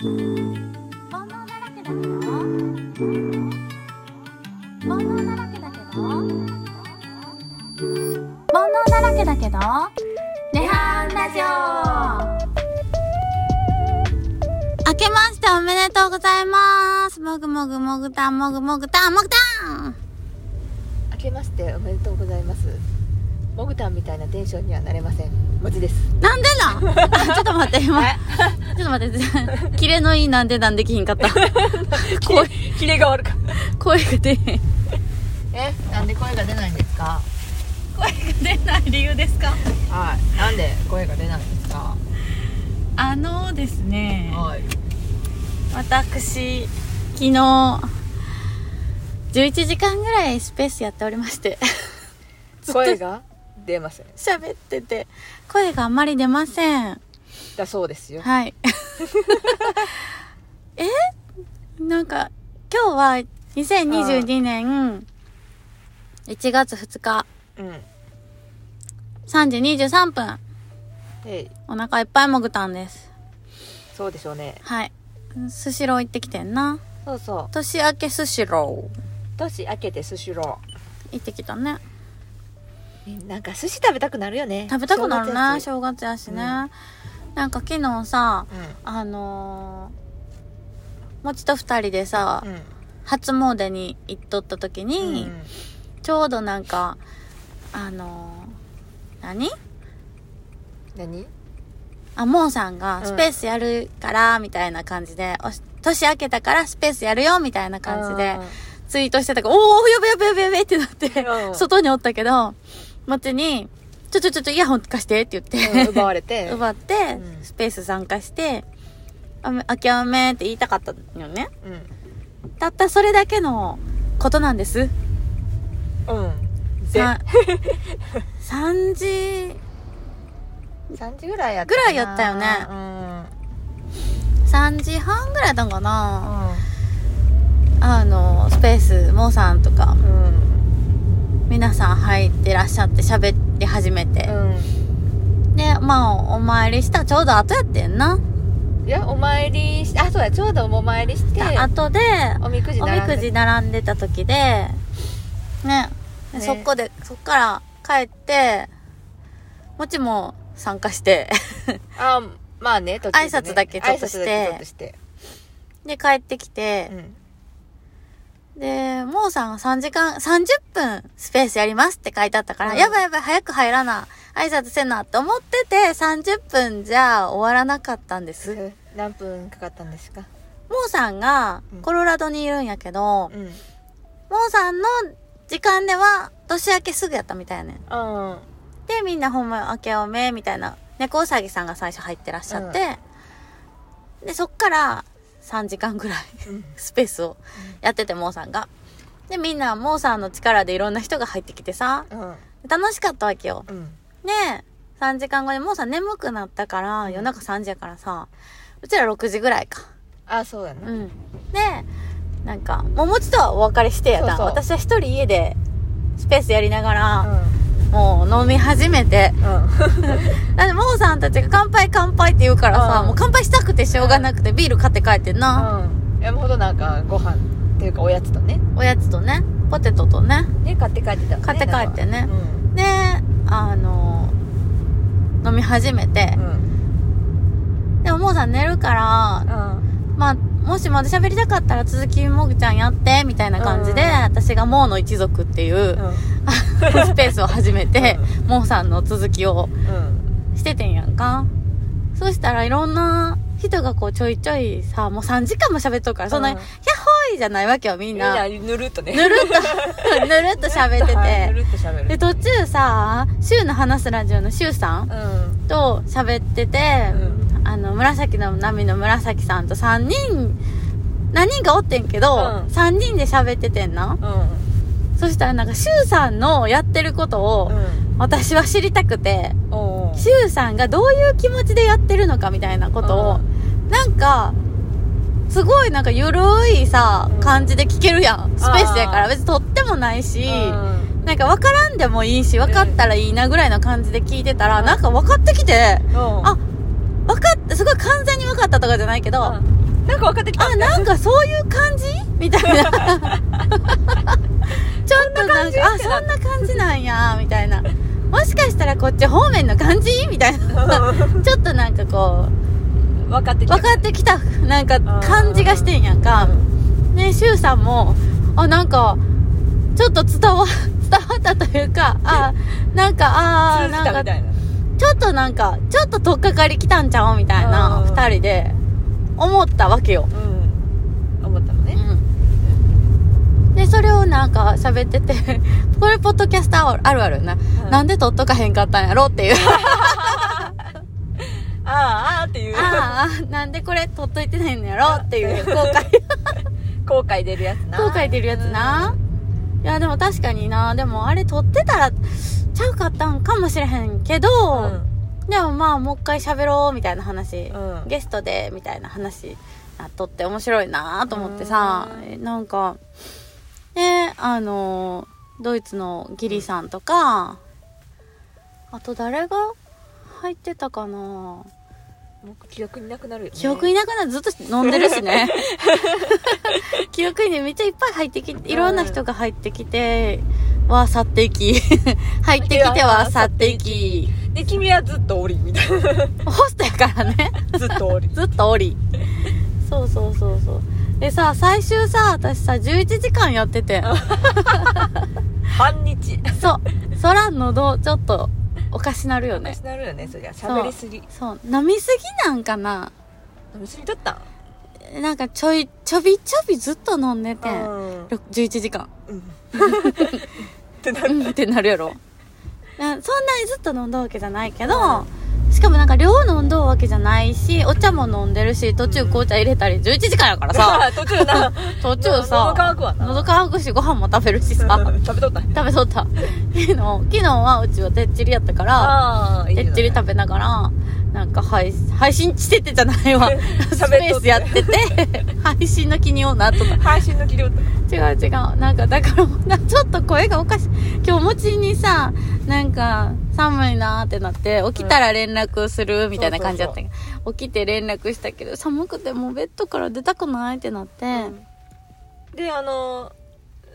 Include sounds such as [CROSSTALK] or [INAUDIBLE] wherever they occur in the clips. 煩悩だらけだけど煩悩だらけだけど煩悩だらけだけど涅槃ラジオ明けましておめでとうございますもぐもぐもぐたんもぐもぐたんもぐたん明けましておめでとうございますモグタンみたいなテンションにはなれません文字ですなんでなん [LAUGHS] ちょっと待って、今。ちょっと待って、 [LAUGHS] キレのいいなんでなんできひんかった。 [LAUGHS] 声、キレが悪か声が出へん。えなんで声が出ないんですか声が出ない理由ですかはいなんで声が出ないんですかあのですね、はい私、昨日、11時間ぐらいスペースやっておりまして、 [LAUGHS] ずっと声が出ません喋ってて、声があんまり出ません。だそうですよはい。 [LAUGHS] えなんか、今日は2022年1月2日うん3時23分。えいお腹いっぱいもぐたんです。そうでしょうねはい。スシロー行ってきてんな。そうそう年明けスシロー年明けてスシロ行ってきたね。ーなんか寿司食べたくなるよね食べたくなるね。正正月やしね。うんなんか昨日さ、月やしあのー、もちと二人でさ、うんうん初詣に行っとった時に、うんちょうどなんか、あのー、何何あ、もうさんがうんスペースやるから、みたいな感じで、おし年明けたからスペースやるよ、みたいな感じで、ツイートしてたから、おおやべやべやべやべってなって、うん外におったけど、もちに、ちょちょちょちょ、イヤホン貸してって言うんって、 [LAUGHS] 奪われて奪って、うんスペース参加して、あめ、明けおめって言いたかったのよね。うんたったそれだけのことなんです。うんでさ3時、 3時ぐらいやったぐらいやったよねね3時半ぐらいやったんかうな、んうんあの、スペース、モーさんとか、うん皆さん入ってらっしゃって喋り始めて。で、まあ、お参りしたちょうど後やってんな。うんいやお参りしあそうやちょうどお参りして後で、おみくじおみく並んじで並んでた時で、ね、でねそこで、そっから帰って、もちも参加して、 [LAUGHS] あまあね途中でね挨拶だけちょっとして挨拶だけちょっとしてで、帰ってきてう、んで、もうさんが3時間、30分スペースやりますって書いてあったから、うんやばいやばい、早く入らな、挨拶せなって思ってて、30分じゃ終わらなかったんです。もえ何分かかったんですかうさんがうんコロラドにいるんやけど、うんうんもうさんの時間では年明けすぐやったみたいやねん。あで、みんなほんま明けおめ、みたいな。猫うさぎさんが最初入ってらっしゃって、で、そっから3時間ぐらい [LAUGHS] スペースをやってて、もうさんが。で、みんなもうさんの力でいろんな人が入ってきてさ、うん楽しかったわけよ。うんで、3時間後にもうさん眠くなったから、夜中3時やからさ、うちら6時ぐらいか。あそうやうねん。で、なんか、もうもうちょっとはお別れしてやそうな。そう私は一人家でスペースやりながうら、んもう飲み始めて。うんだって、もうさんたちが乾杯乾杯って言うからさ、うんもう乾杯したくてしょうがなくてビール買って帰ってんな。うん山ほどなんかご飯っていうかおやつとねおやつとね、ポテトとね。ね買って帰ってた買って帰ってねうんで、あの、飲み始めてう。んでも、もうさん寝るから、うんまあ、もしまだ喋りたかったら続きもぐちゃんやって、みたいな感じで、うん私がモーの一族っていう、うんスペースを始めて、モーさんの続きをうんしててんやんか。そしたらいろんな人がこうちょいちょいさ、もう3時間も喋っとるから、そんなに、うんヤッホーイじゃないわけよ、みんみんな。なぬぬるっ [LAUGHS] とねるっと、ぬるっと喋ってはいぬるて。っと喋で、る途中さ、週の話すラジオの週さんうんと喋ってて、うあの、紫の波の紫さんと3人、何人かおってんけど、うん3人で喋っててんな。うそしたらなんか、シュウさんのやってることを、んうん私は知りたくて、おうおうシュウさんがどういう気持ちでやってるのかみたいなことを、なんか、すごいなんか緩いさう、ん感じで聞けるやん。スペースやかあらー別にとってもないし、うんなんか分からんでもいいし、分かったらいいなぐらいの感じで聞いてたら、うんなんか分かってきて、うんあ、かじゃないけど、うんなんか分かってきたあなんかそういう感じみたいな [LAUGHS] ちょっとなんかあそんな感じなんやみたいなもしかしたらこっち方面の感じみたいな [LAUGHS] ちょっとなんかこ分かってうきた分かってきたなんか感じがしてんやんかねしゅうさんもあなんかちょっと伝わ [LAUGHS] 伝わったというかあなんかああーーなんなかんかちょっとなんかちょっと取っかかりきたんちゃうみたいなうん2人で思ったわけようん思ったのねうんでそれをなんか喋ってて [LAUGHS] これポッドキャスターあるあるよな、うんなんで撮っとかへんかったんやろっていあうーあーっていうああなんでこれ撮っといてないんやろっていう後悔後悔出るやつな後悔出るやつな、いやでも確かになでもあれ撮ってたらちゃうかったんかもしれへんけど、うんでもまあもう一回喋ろうみたいな話、うんゲストでみたいな話なっとって面白いなと思ってさうなんかねあのドイツのギリさんとか、あと誰が入ってたかなもう記憶になくなるよね記憶いなくなるずっと飲んでるし [LAUGHS] ね記憶にめっちゃいっぱい入ってきていろんな人が入ってきては去っていき入ってきては去っていきで君はずっとおりみたいな [LAUGHS] ホストやからねずっとおりずっとおりそうそうそうそうでさ最終さ私さ11時間やってて半日そうそら喉ちょっとおかしなるよね私なるよねそりゃ喋りすぎそう飲みすぎなんかな飲みすぎとったなんかちょいちょびちょびずっと飲んでてうんろ11時間 [LAUGHS] うんってなうるんってなるやろな [LAUGHS] そんなにずっと飲んだわけじゃないけどしかもなんか量飲んだわけじゃないしお茶も飲んでるし途中紅茶入れたり11時間やから [LAUGHS] さ [LAUGHS] 途中な途中さ喉乾くわな喉乾くしご飯も食べる [LAUGHS] しさうん食べとった食べとった昨日昨日はうちはてっちりやったからああいいてっちり食べながらなんか配配信しててじゃない [LAUGHS] わ喋スっとってペースやってて [LAUGHS] 配信の気にをなっとった配信の切り落と違う違うなんかだから [LAUGHS] もうなちょっと声がおかしい今日もちにさなんか寒いなーってなって起きたら連絡するみたいな感じだったんや起きて連絡したけど寒くてもうベッドから出たくないってなって、であの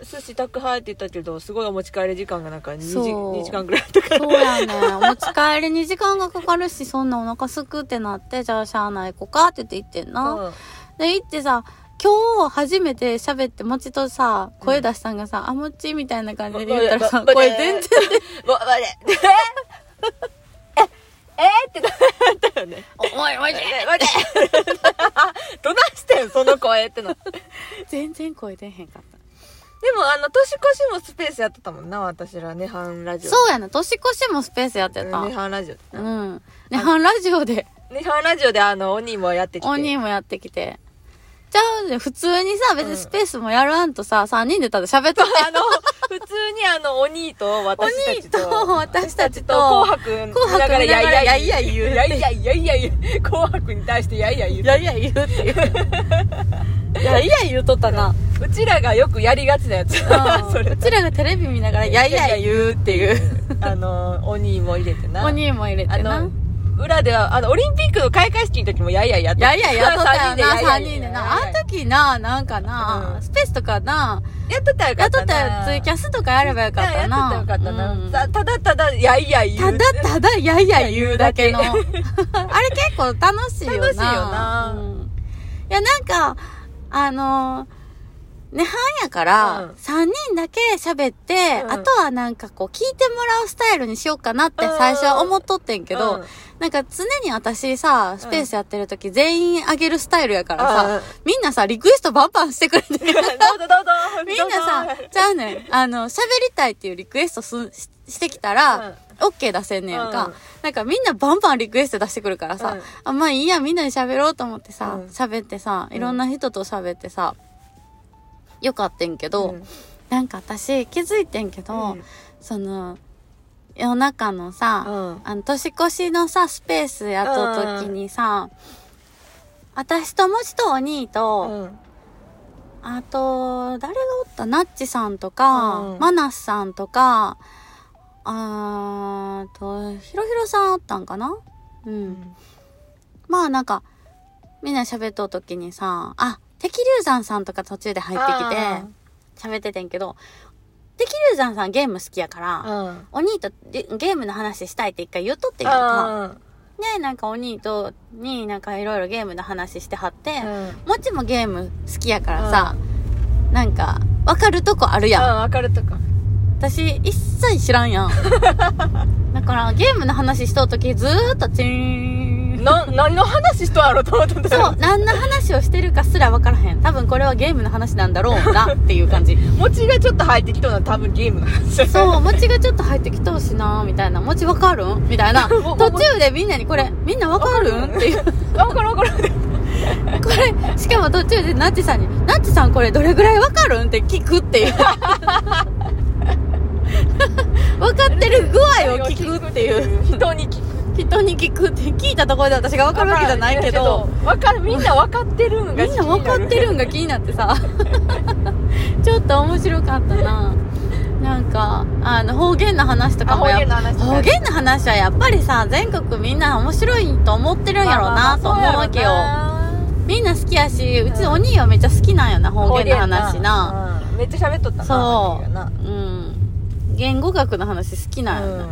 寿司宅配って言ったけどすごいお持ち帰り時間がなんか2時そう2時間ぐらいとかそうやね。お持ち帰りに時間がかかるし、そんなお腹すくってなって、じゃあしゃあない子かって言って行ってんな。うんで、行ってさ、今日初めて喋って、もちとさ、声出したんがさ、あ、もちみたいな感じで言ったらさ、ばば声全然出て、わわれえええってなったよねおいおいえわれどないしてんその声ってのでも全然声出へんかった。あの年越しもスペースやってたもんな私ら涅槃ラジオそうやな、年越しもスペースやってた。涅槃ラジオうん。ね、半ラジオで、涅槃ラジオであの鬼もやってきて鬼もやってきて。じゃあね、普通にさ、別うにんスペースもやらんとさ、3人でただ喋っとっあの、普通にあの、鬼と私たちと。鬼と私たちと紅白見ながら、紅白見ながらやいやいや言う。ややいやいいやいやいやいや紅白に対してやいや言う。やいや言うっていういやいや言うとったな、うちらがよくやりがちなやつ。うんそれう。ちらがテレビ見な [LAUGHS] がら「やいやい」言うっていう。あの、鬼も入れてな。お兄も入れあてなの、裏では、あの、オリンピックの開会式の時もやいやいやっ「てやいや」やっとったよな3三人人ででなあのや時ななんかな、うんスペースとかなっとったらよかやっっとったな。たよツイキャスとかやればよかったなやっとったらよかうんったな。たただただ、やいやい言たう。だただ「やいや」言うだけの [LAUGHS] あ言れ結構楽しいよな楽しいよなうんいやなんかあのねはんやから、うん3人だけ喋って、うんあとはなんかこう聞いてもらうスタイルにしようかなって最初は思っとってんけど、うんなんか常に私さ、スペースやってる時全員あげるスタイルやからさ、うんみんなさ、リクエストバンバンしてくれてる。どうぞどうぞ。みんなさ、じゃあねん、あの、喋りたいっていうリクエストすししてきたら、オッケー出せんねやんか、うんなんかみんなバンバンリクエスト出してくるからさ、うんあ、まあいいや、みんなで喋ろうと思ってさうん、喋、ってさ、いろんな人と喋ってさ、よかったんけど、うんなんか私気づいてんけど、うんその、夜中のさ、うんあの、年越しのさ、スペースやった時にさ、私ともちとお兄と、うんあと、誰がおったナッチさんとか、うんマナスさんとか、あーと、ヒロヒロさんおったんかなうん。まあなんか、みんな喋っとう時にさ、あ、敵流山さんとか途中で入ってきて、喋っててんけど、敵流山さんゲーム好きやから、うんお兄とゲゲームの話したいって一回言っとってんやんか。あで、なんかお兄とになんかいろいろゲームの話してはって、ーもっちもゲーム好きやからさ、なんか、わかるとこあるやん。うん分かるとか私、一切知らんや [LAUGHS] ん。だから、ゲームの話しとうとき、ずーっとチーン。な [LAUGHS] 何の話しとやろうと思ったんだそうよ、何の話をしてるかすらわからへん。多分これはゲームの話なんだろうな、っていう感 [LAUGHS] じ。持ちがちょっと入ってきたのは多分ゲームの話そう、餅がちょっと入ってきとうしな、みたいな。餅わかるんみたい [LAUGHS] な。も途中でみんなにこれ、みんなわかるんわかるっていう。こ分かる分かるれ、しかも途中でナッチさんに、ナッチさんこれどれぐらいわかるんって聞くっていう。 [LAUGHS] わかってる具合を聞くっていう。人に聞く人に聞くって聞いたところで私が分かるわけじゃないけど分かるみんな分かってるんがみんな分かってるんが気になってさ [LAUGHS] ちょっと面白かったななんかあの方言の話とかもあや方言の話とか方言の話はやっぱりさ全国みんな面白いと思ってるんやろうなと思うわけよみんな好きやしうちお兄はめっちゃ好きなんよな方言の話なめっちゃ喋っとったなそうなうん言語学の話好きなんよな、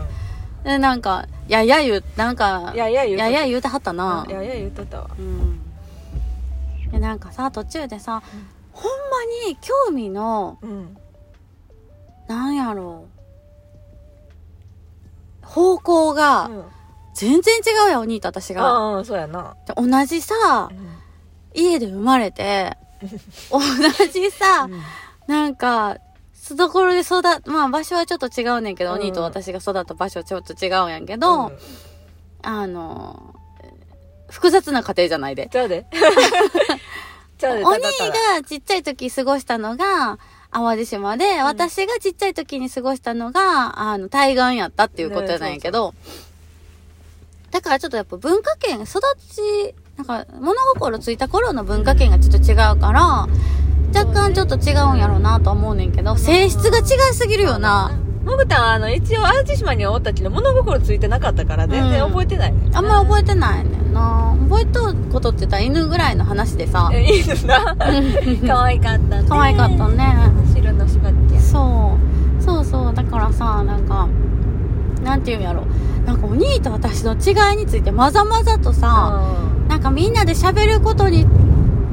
でなんか「ややゆ」なんかいやいや言うやや言うてはったないやいや言うとったわうんでなんかさ途中でさ、うんほんまに興味のうんなんやろう方向が全然違うやんお兄と私が、ああそうやなで同じさ家で生まれ [LAUGHS] て同じさなんか素どころで育まあ場所はちょっと違うねんけど、うんお兄と私が育った場所はちょっと違うんやんけど、どあの複雑な家庭じゃないで [LAUGHS] ちゃうでちゃうで [LAUGHS] お兄がちっちゃい時過ごしたのが淡路島で、私がちっちゃい時に過ごしたのが、あの、対岸やったっていうことなんやけど、だからちょっとやっぱ文化圏、育ち、なんか物心ついた頃の文化圏がちょっと違うから、若干ちょっと違うんやろうなとは思うねんけど、性質が違いすぎるよな。もぐたんあの一応淡路島にはおったけど物心ついてなかったから全然覚えてない [LAUGHS] ねあんま覚えてないねんな。覚えとうことって言ったら犬ぐらいの話でさ。えいいの [LAUGHS] な可愛かったね可愛かったね。白のしばっちゃんそうそうそうだからさなんかなんていうんやろなんかお兄と私の違いについてまざまざとさ、なんかみんなで喋ることに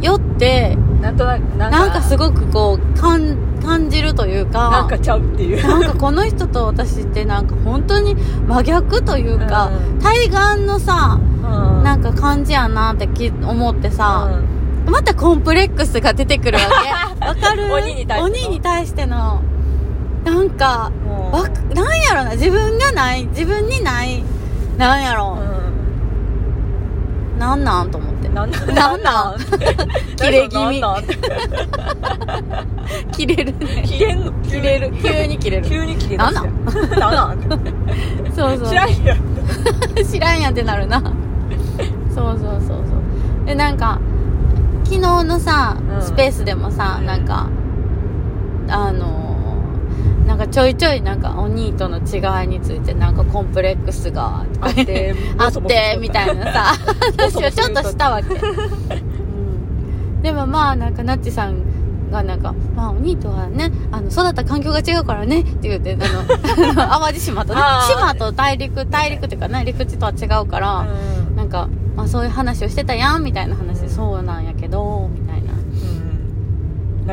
よってうんなんとなくなんかなんかすごくこう感感じるというかなんかちゃうっていうなんかこの人と私ってなんか本当に真逆というか、う対岸のさななんかんか感じやなってき思ってさ、またコンプレックスが出てくるわけわかる [LAUGHS] 鬼に対しての鬼に対してのなんかもうわくなんやろな自分がない自分にないなんやろ、うなんなんと思ってんなんななんんなん [LAUGHS] 切れ気味なんなん切れるね切れんの切れる急に切れる急に切れ出すやんなんなんそうそう知らんやん知らんやんってなるなそうそうそうそうでなんか昨日のさ、うんスペースでもさうんなんかあのーなんかちょいちょいなんかお兄との違いについてなんかコンプレックスがとあかっ言っててあってみたいな [LAUGHS] さ話をちょっとしたわけ、うんでもまあなんかなっちさんがなんか「まあお兄とはねあの育った環境が違うからね」って言っ [LAUGHS] てあの淡路島とねあー島と大陸大陸っていうかね陸地とは違うから、うんなんか、まあ、そういう話をしてたやんみたいな話でそうなんやけどみたいな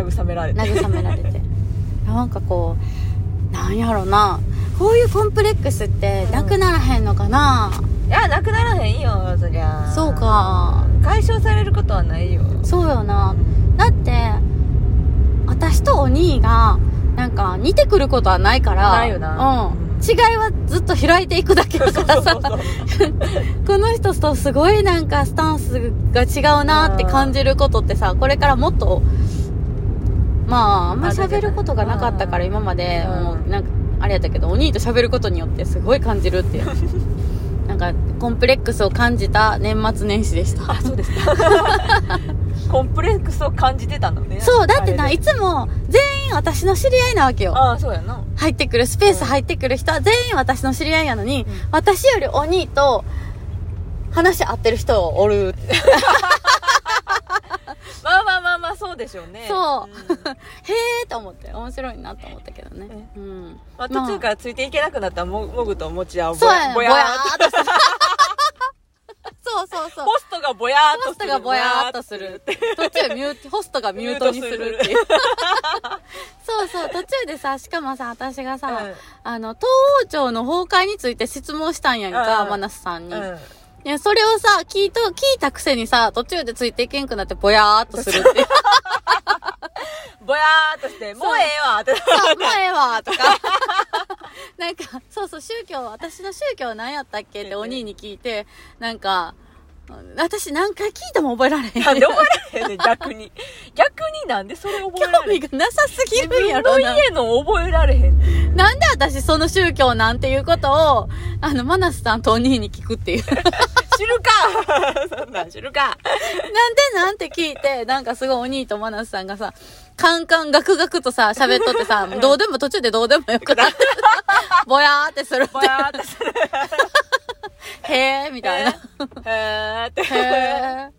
うん慰められて慰められ [LAUGHS] てなんかこうなんやろなこういうコンプレックスってなくならへんのかな、いやなくならへんよそりゃそうか解消されることはないよそうよなだって私とお兄がなんか似てくることはないからないよなうん、違いはずっと開いていくだけだそかうそらうそさうそう [LAUGHS] この人とすごいなんかスタンスが違うなって感じることってさこれからもっとまああんまり喋ることがなかったからうん今までうんもうなんかあれやったけどお兄と喋ることによってすごい感じ [LAUGHS] るっていうなんかコンプレックスを感じた年末年始でしたあそうですかコンプレックスを感じてたのねそう、だってな、あれいでつも全員私の知り合いなわけよ。あそうやな入ってくる、スペース入ってくる人は全員私の知り合いやのに、うん私よりお兄と話合ってる人おる。そうでしょうねそうんへえと思って面白いなと思ったけどね、うんまあ、途中からついていけなくなったらももぐともちはぼそうやねぼやーっとぼやーっとするそうそうそうホストがぼやーっホとスすトるがぼやーっとする途中ミューホストがミュートにするっていう [LAUGHS] そうそう途中でさしかもさ私がさ、うんあの東王朝の崩壊について質問したんやんか、うんマナスさんに、うんいやそれをさ聞いと聞いたくせにさ途中でついていけんくなってぼやーっ [LAUGHS] とするっていうぼやーっとしてもうええわって [LAUGHS] あもうええわとか [LAUGHS] なんかそうそう宗教私の宗教何やったっけってお兄に聞いてなんか私何回聞いても覚えられへんなんで覚えられへんねん逆に逆になんでそれ覚えら興れへ味んがなさすぎ自るんや分ろのな。家の覚えられへんってなんで私その宗教なんていうことを、あの、マナスさんとお兄に聞くっていう。なんで知るか [LAUGHS] そんなん知るかなんて聞いて、なんかすごいお兄とマナスさんがさ、カンカンガクガクとさ、喋っとってさ、どうでも途中でどうでもよ [LAUGHS] くなって、ぼやーってするってぼ。やーっとするへーみたいな。へーってへー。へ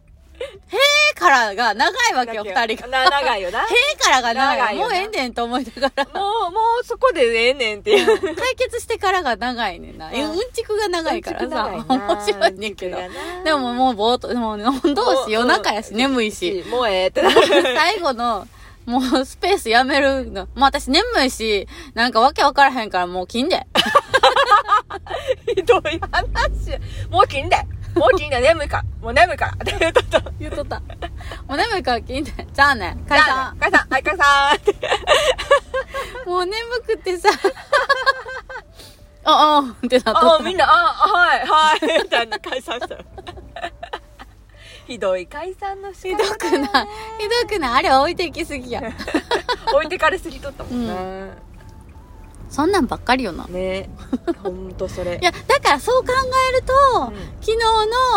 ーからが長いわけよ、二人が。な長いよなへーからが長長い。いよもなうええねんと思いながら。もうもうそこでええねんっていう解決してからが長いねんな。えううんんちくが長いからさ、うんちく長いな面白いねんけどうんちくが。なでももうぼーっと、でもねどうし、夜中やし、眠いし。もうええって [LAUGHS] なる最後の、もうスペースやめるの。まあ私眠いし、なんかわけわからへんからもう切んで。ひどい話もう切んでもう切んで眠いからもう眠いからって言うとった言うとった。もう眠いから切んで。じゃあね、解じゃあ散ね。解散はい解散ってもう眠くてさ。 [LAUGHS] あ、あ、ってなっあとあっみんなああはいはいみたいな解散した [LAUGHS] ひどい解散の仕ひ方どくない。ひどくない。あれ置いていきすぎや。置いてかれすぎとったもんな、そんなんばっかりよな。ねほんとそれいや、だからそう考えると、うん昨日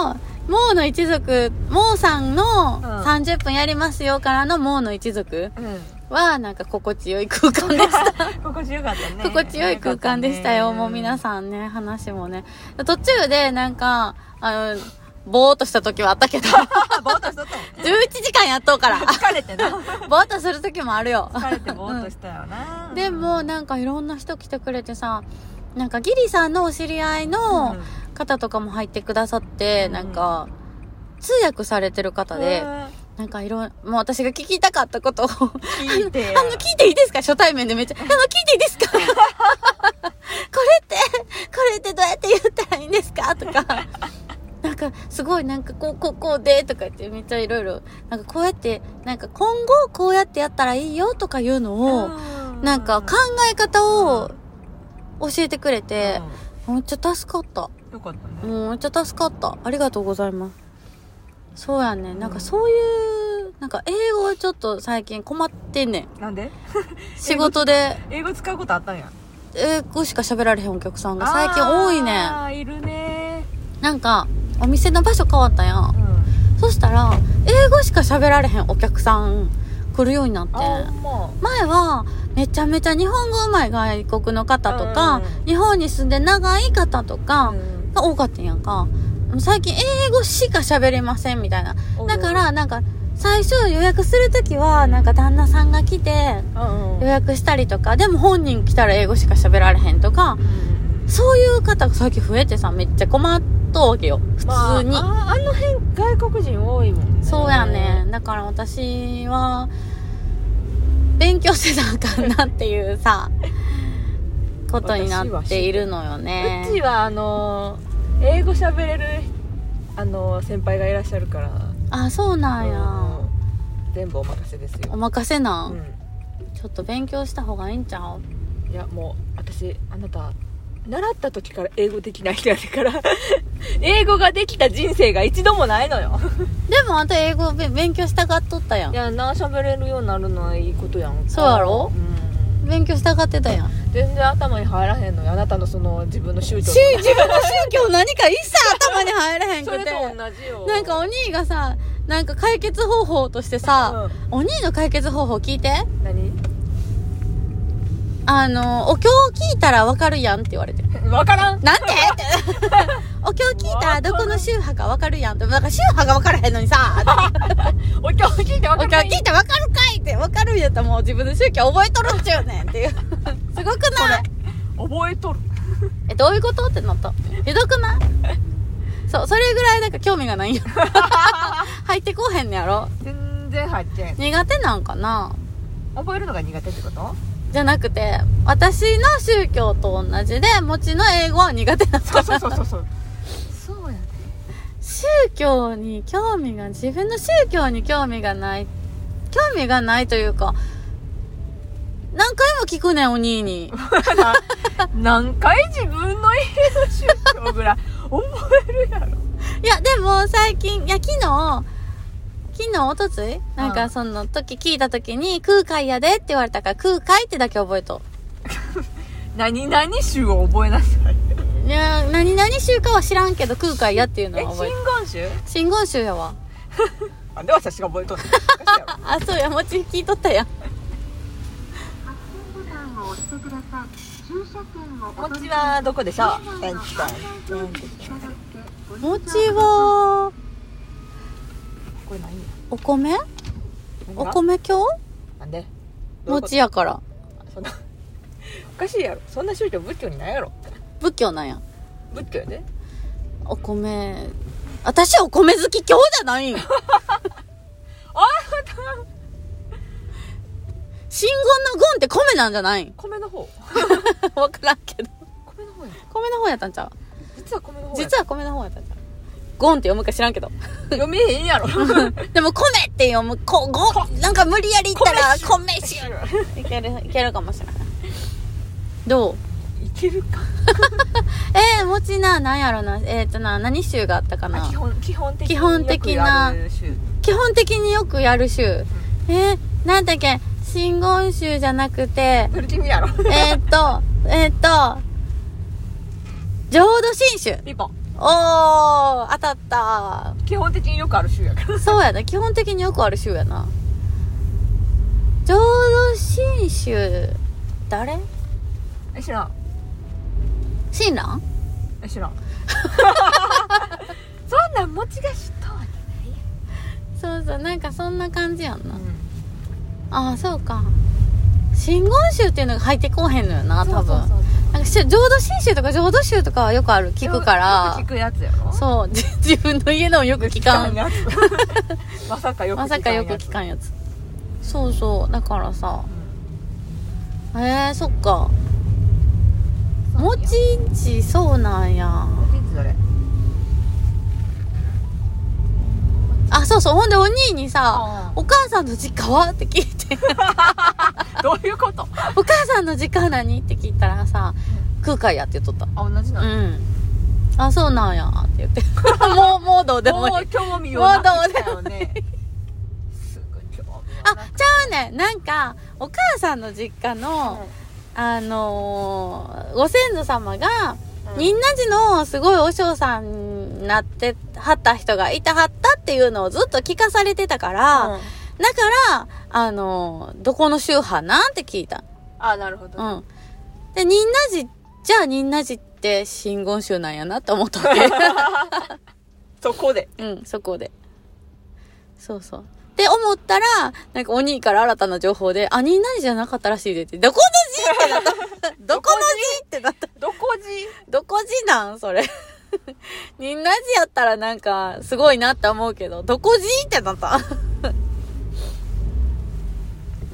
の、モーの一族、モーさんのん30分やりますよからのモーの一族うんは、なんか心地よい空間でした。心地よかったね心地よい空間でしたよ。もう皆んさんね、話もね。途中で、なんか、あの、ぼーっとした時はあったけど、11 [LAUGHS] ぼーっとしとったもんね時間やっとうから、 [LAUGHS] 疲れてなぼーっとする時もあるよ。疲れてぼーっとしたよな、でも、なんかいろんな人来てくれてさ、なんかギリさんのお知り合いの、うん方とかも入ってくださって、うんなんか、通訳されてる方でう、んなんかいろん、もう私が聞きたかったことを、あ聞いての、聞いていいですか初対面でめっちゃ、あの、聞いていいですか [LAUGHS] これって、これってどうやって言ったらいいんですかとか、なんか、すごい、なんか、こう、こう、こうで、とか言って、めっちゃいろいろ、なんかこうやって、なんか今後、こうやってやったらいいよ、とかいうのを、なんか考え方を教えてくれて、めっちゃ助かった。よかったね、もうめっちゃ助かった。ありがとうございます。そうやね。なんかそういう、なんか英語ちょっと最近困ってんねん。なんで仕事で英語使うことあったんや英語しか喋られへんお客さんが最近多いねん。あーいるねなんか、お店の場所変わったやん。うそしたら、英語しか喋られへんお客さん来るようになってんあん。ほんま前は、めちゃめちゃ日本語うまい外国の方とかうんうんう、ん日本に住んで長い方とか、うんが多かったんやんか。もう最近英語しか喋れませんみたいな。おうだから、なんか、最初予約するときは、なんか旦那さんが来てうんう予ん約したりとか、でも本人来たら英語しか喋られへんとか、そういう方が最近増えてさ、めっちゃ困っとうわけよ。普まあ通に。ああの辺外国人多いもんねそうやね。だから私は、勉強せなあかんなっていう [LAUGHS] さ、ことになっているのよね。うちはあのー英語喋れるあのー先輩がいらっしゃるからあ、そうなんや。うん全部お任せですおよ、任せなん、う、ちょっと勉強した方がいいんちゃうんいやもう私あなた習った時から英語できない人やねんから [LAUGHS] 英語ができた人生が一度もないの [LAUGHS] よでもあんた英語べ勉強したがっとったやんいやな喋れるようになるのはいいことやんかそうやろうん勉強したがってたやん全然頭に入らへんのよあなたのその自分の宗教宗自分の宗教何か一切頭に入らへんそくれてと同じよなんかお兄がさなんか解決方法としてさ、お兄の解決方法聞いてうん、何あの、お経を聞いたらわかるやんって言われて。 [LAUGHS] わからんなんでって。お経聞いたらどこの宗派かわかるやんって。だから宗派がわからへんのにさ、お経聞いてわお経からん聞いたらわかるかいって。わかるんやったらもう自分の宗教覚えとるっちゅうねんっていう。すごくない覚えとるえ、どういうことってなった。ひどくないそう、それぐらいなんか興味がないんやろ。入ってこうへんねやろ。全然入ってん苦手なんかな覚えるのが苦手ってことじゃなくて、私の宗教と同じで、持ちの英語は苦手だった。そうそうそうそう [LAUGHS] そうそうやね宗教に興味が、自分の宗教に興味がない。興味がないというか、何回も聞くねん、お兄に。 [LAUGHS] 何回自分の家の宗教ぐらい覚えるやろいや、でも最近、いや、昨日、昨日、おとついなんうかんその時聞いた時に、空海やでって言われたから、空海ってだけ覚えとう。何々宗を覚えなさいいや、何々宗かは知らんけど、空海やっていうえ真のは覚えて言る。宗真言宗やわ。なんで私が覚え [LAUGHS] とんのおかしいやろあ、そうや、もち聞いとったやん。発信ボタンを押してください。駐車券をおこっ取ちりはどこでしょうなんてくださいもちは、これ何やお米お米教なんでどういうこと餅やから。そんな [LAUGHS] おかしいやろそんな宗教仏教にないやろ仏教なんや。仏教やでお米、私はお米好き教じゃないんあ信言の言って米なんじゃないん [LAUGHS] 米の方わからんけど。米の方や米の方やったんちゃう実は米の方や実は米の方やったんちゃうゴンって読むか知らんけど。読めへん [LAUGHS] やろでも米って読む、こ、ゴン、なんか無理やり言ったら米しよ。いういける、いけるかもしれない。どうけるかえー、餅な、なんやろな、えっ、とな、何州があったかな基本基本的に基本的なよくやる宗基本的によくやる州。えー、なんだっけ、真言宗じゃなくて、それ君やろえーっと、えーっと、浄土真宗。ピンポンおー、当たった基本的によくある宗やからそうやな、基本的によくある宗やな。浄土真宗、誰え知らん親鸞え知らん [LAUGHS] そんなん餅が知ったわけないやそうそう、なんかそんな感じやんな。んああ、そうか。真言宗っていうのが入ってこうへんのよな、多分。そうそうそうなんかし浄土真宗とか浄土宗とかはよくある、聞くかよく聞ら。くやつやろそう、 [LAUGHS] じ自分の家でもよく聞かん。や [LAUGHS] つまさかよくまさかよく聞かんややつそうそうだからさつえー、そっかうんもちんちそうなんや餅ってどれあそうそうほんでお兄にさあ「お母さんの実家は?」って聞いて [LAUGHS] [LAUGHS] どういうことあ「お母さんの実家は何?」って聞いたらさ「空海や」って言っとった同じなうの、んあそうなんやって言って [LAUGHS] もうもうどうでもいいもう興味をなくしたよねすぐ興味をなあくちゃうねんなんかお母さんの実家の、あのーご先祖様がうん仁和寺のすごい和尚さんになってはった人がいたはったっていうのをずっと聞かされてたから、うんだから、あの、どこの宗派なんて聞いた。あなるほど、うん。で、仁和寺、じゃあ仁和寺って真言宗なんやなって思ったわそこで [LAUGHS] け。うん、そこで。そうそう。って思ったら、なんかお兄から新たな情報で、あ、仁和寺じゃなかったらしいでって、どこの寺ってなった。どこの寺ってなった。どこじどこじなんそれ。 [LAUGHS] みんなじやったらなんか、すごいなって思うけど、どこじってな [LAUGHS] った。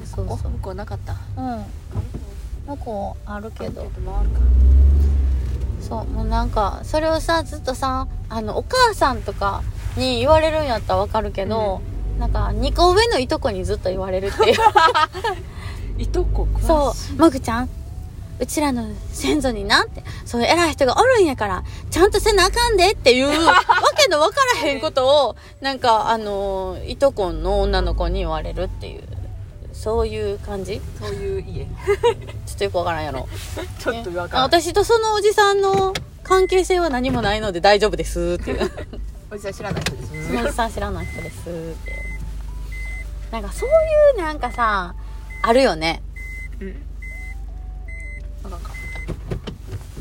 そうおそう。向こうなかったうん。向こうあるけど。回るかそう、もうなんか、それをさ、ずっとさ、あの、お母さんとかに言われるんやったらわかるけど、なんか、2個上のいとこにずっと言われるっていう。いとこ詳しいそう、もぐちゃん、うちらの先祖になって、そういう偉い人がおるんやから、ちゃんとせなあかんでって [LAUGHS] いう、わけのわからへんことを、なんか、あのー、いとこの女の子に言われるっていう、そういう感じちょそういう [LAUGHS] 家っとよくわからんやろ。 [LAUGHS] ちょっとわあかんない私とそのおじさんの関係性は何もないので大丈夫ですって [LAUGHS] いう。おじさん知らない人ですそのおじさん知らない人ですっていう。なんかそういうなんかさ、あるよね。うん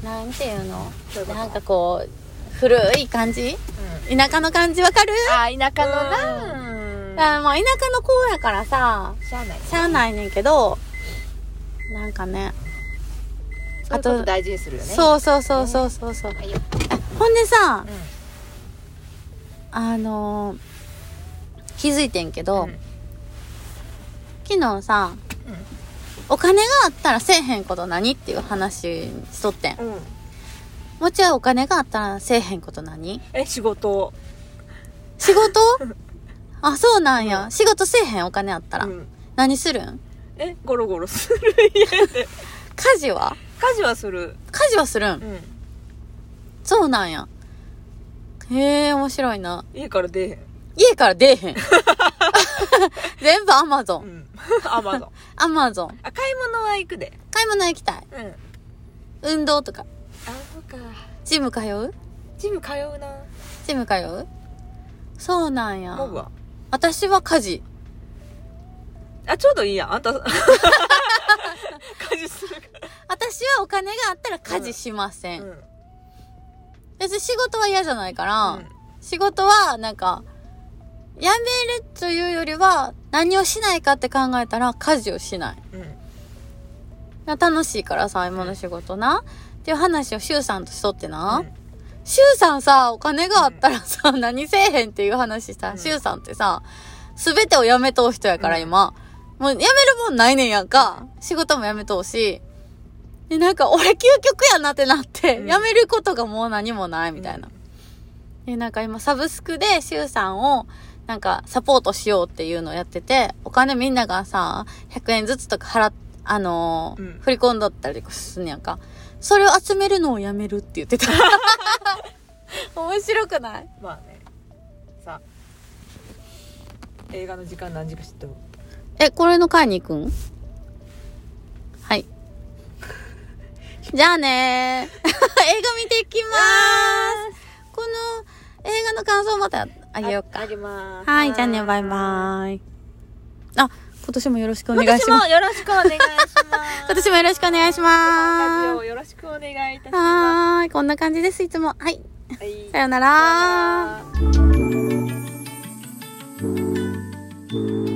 なんていうのどういうことなんかこう古い感じ田舎の感じわかるあー田舎のなあもう田舎の子やからさしゃあないしゃあないねんけどなんかねあと大事にするよねうそうそうそうそうそうそうはいよほんでさうんあのー気づいてんけど、うん昨日さお金があったらせえへんこと何っていう話しとってんうんもちろんお金があったらせえへんこと何え仕事仕事あそうなんや、仕事せえへんお金あったら、うん何するんえゴロゴロする家で家事は家事はする家事はするんうんそうなんやへえ面白いな家から出えへん家から出 [LAUGHS] えへん全部アマゾうンん [LAUGHS] アマゾンアマゾンあ買い物は行くで買い物行きたいうんあ運動とかそうかジム通うジム通うなジム通うそうなんやモブは私は家事あちょうどいいやんあんた [LAUGHS] 家事するか私はお金があったら家事しませらん、うん別に仕事は嫌じゃないから、うん仕事はなんかやめるというよりは何をしないかって考えたら家事をしないうんな楽しいからさ今の仕事なっていう話をシュウさんとしとってな、うんシュウさんさお金があったらさ、何せえへんっていう話した、うんシュウさんってさ全てをやめとう人やから今、もうやめるもんないねんやんか仕事もやめとうしでなんか俺究極やなってなって、うんやめることがもう何もないみたいな、でなんか今サブスクでシュウさんをなんかサポートしようっていうのをやっててお金みんながさ100円ずつとか払っあのーうん振り込んだったりとかすんねやんかそれを集めるのをやめるって言っ [LAUGHS] てた面白くないまあねさあ映画の時間何時か知っとるえこれの会に行くんはいじゃあねー [LAUGHS] 映画見ていきまーすこの映画の感想またあげようかあげまーすはい、じゃあね、バイバーイ。あ、今年もよろしくお願今いし年まもす。よろしくお願いし [LAUGHS] ます今年もよろしくお願いラジオしまをよろしくお願いいたしす。まはーい、こんな感じです、いつも。はい、すはいさよなら。ら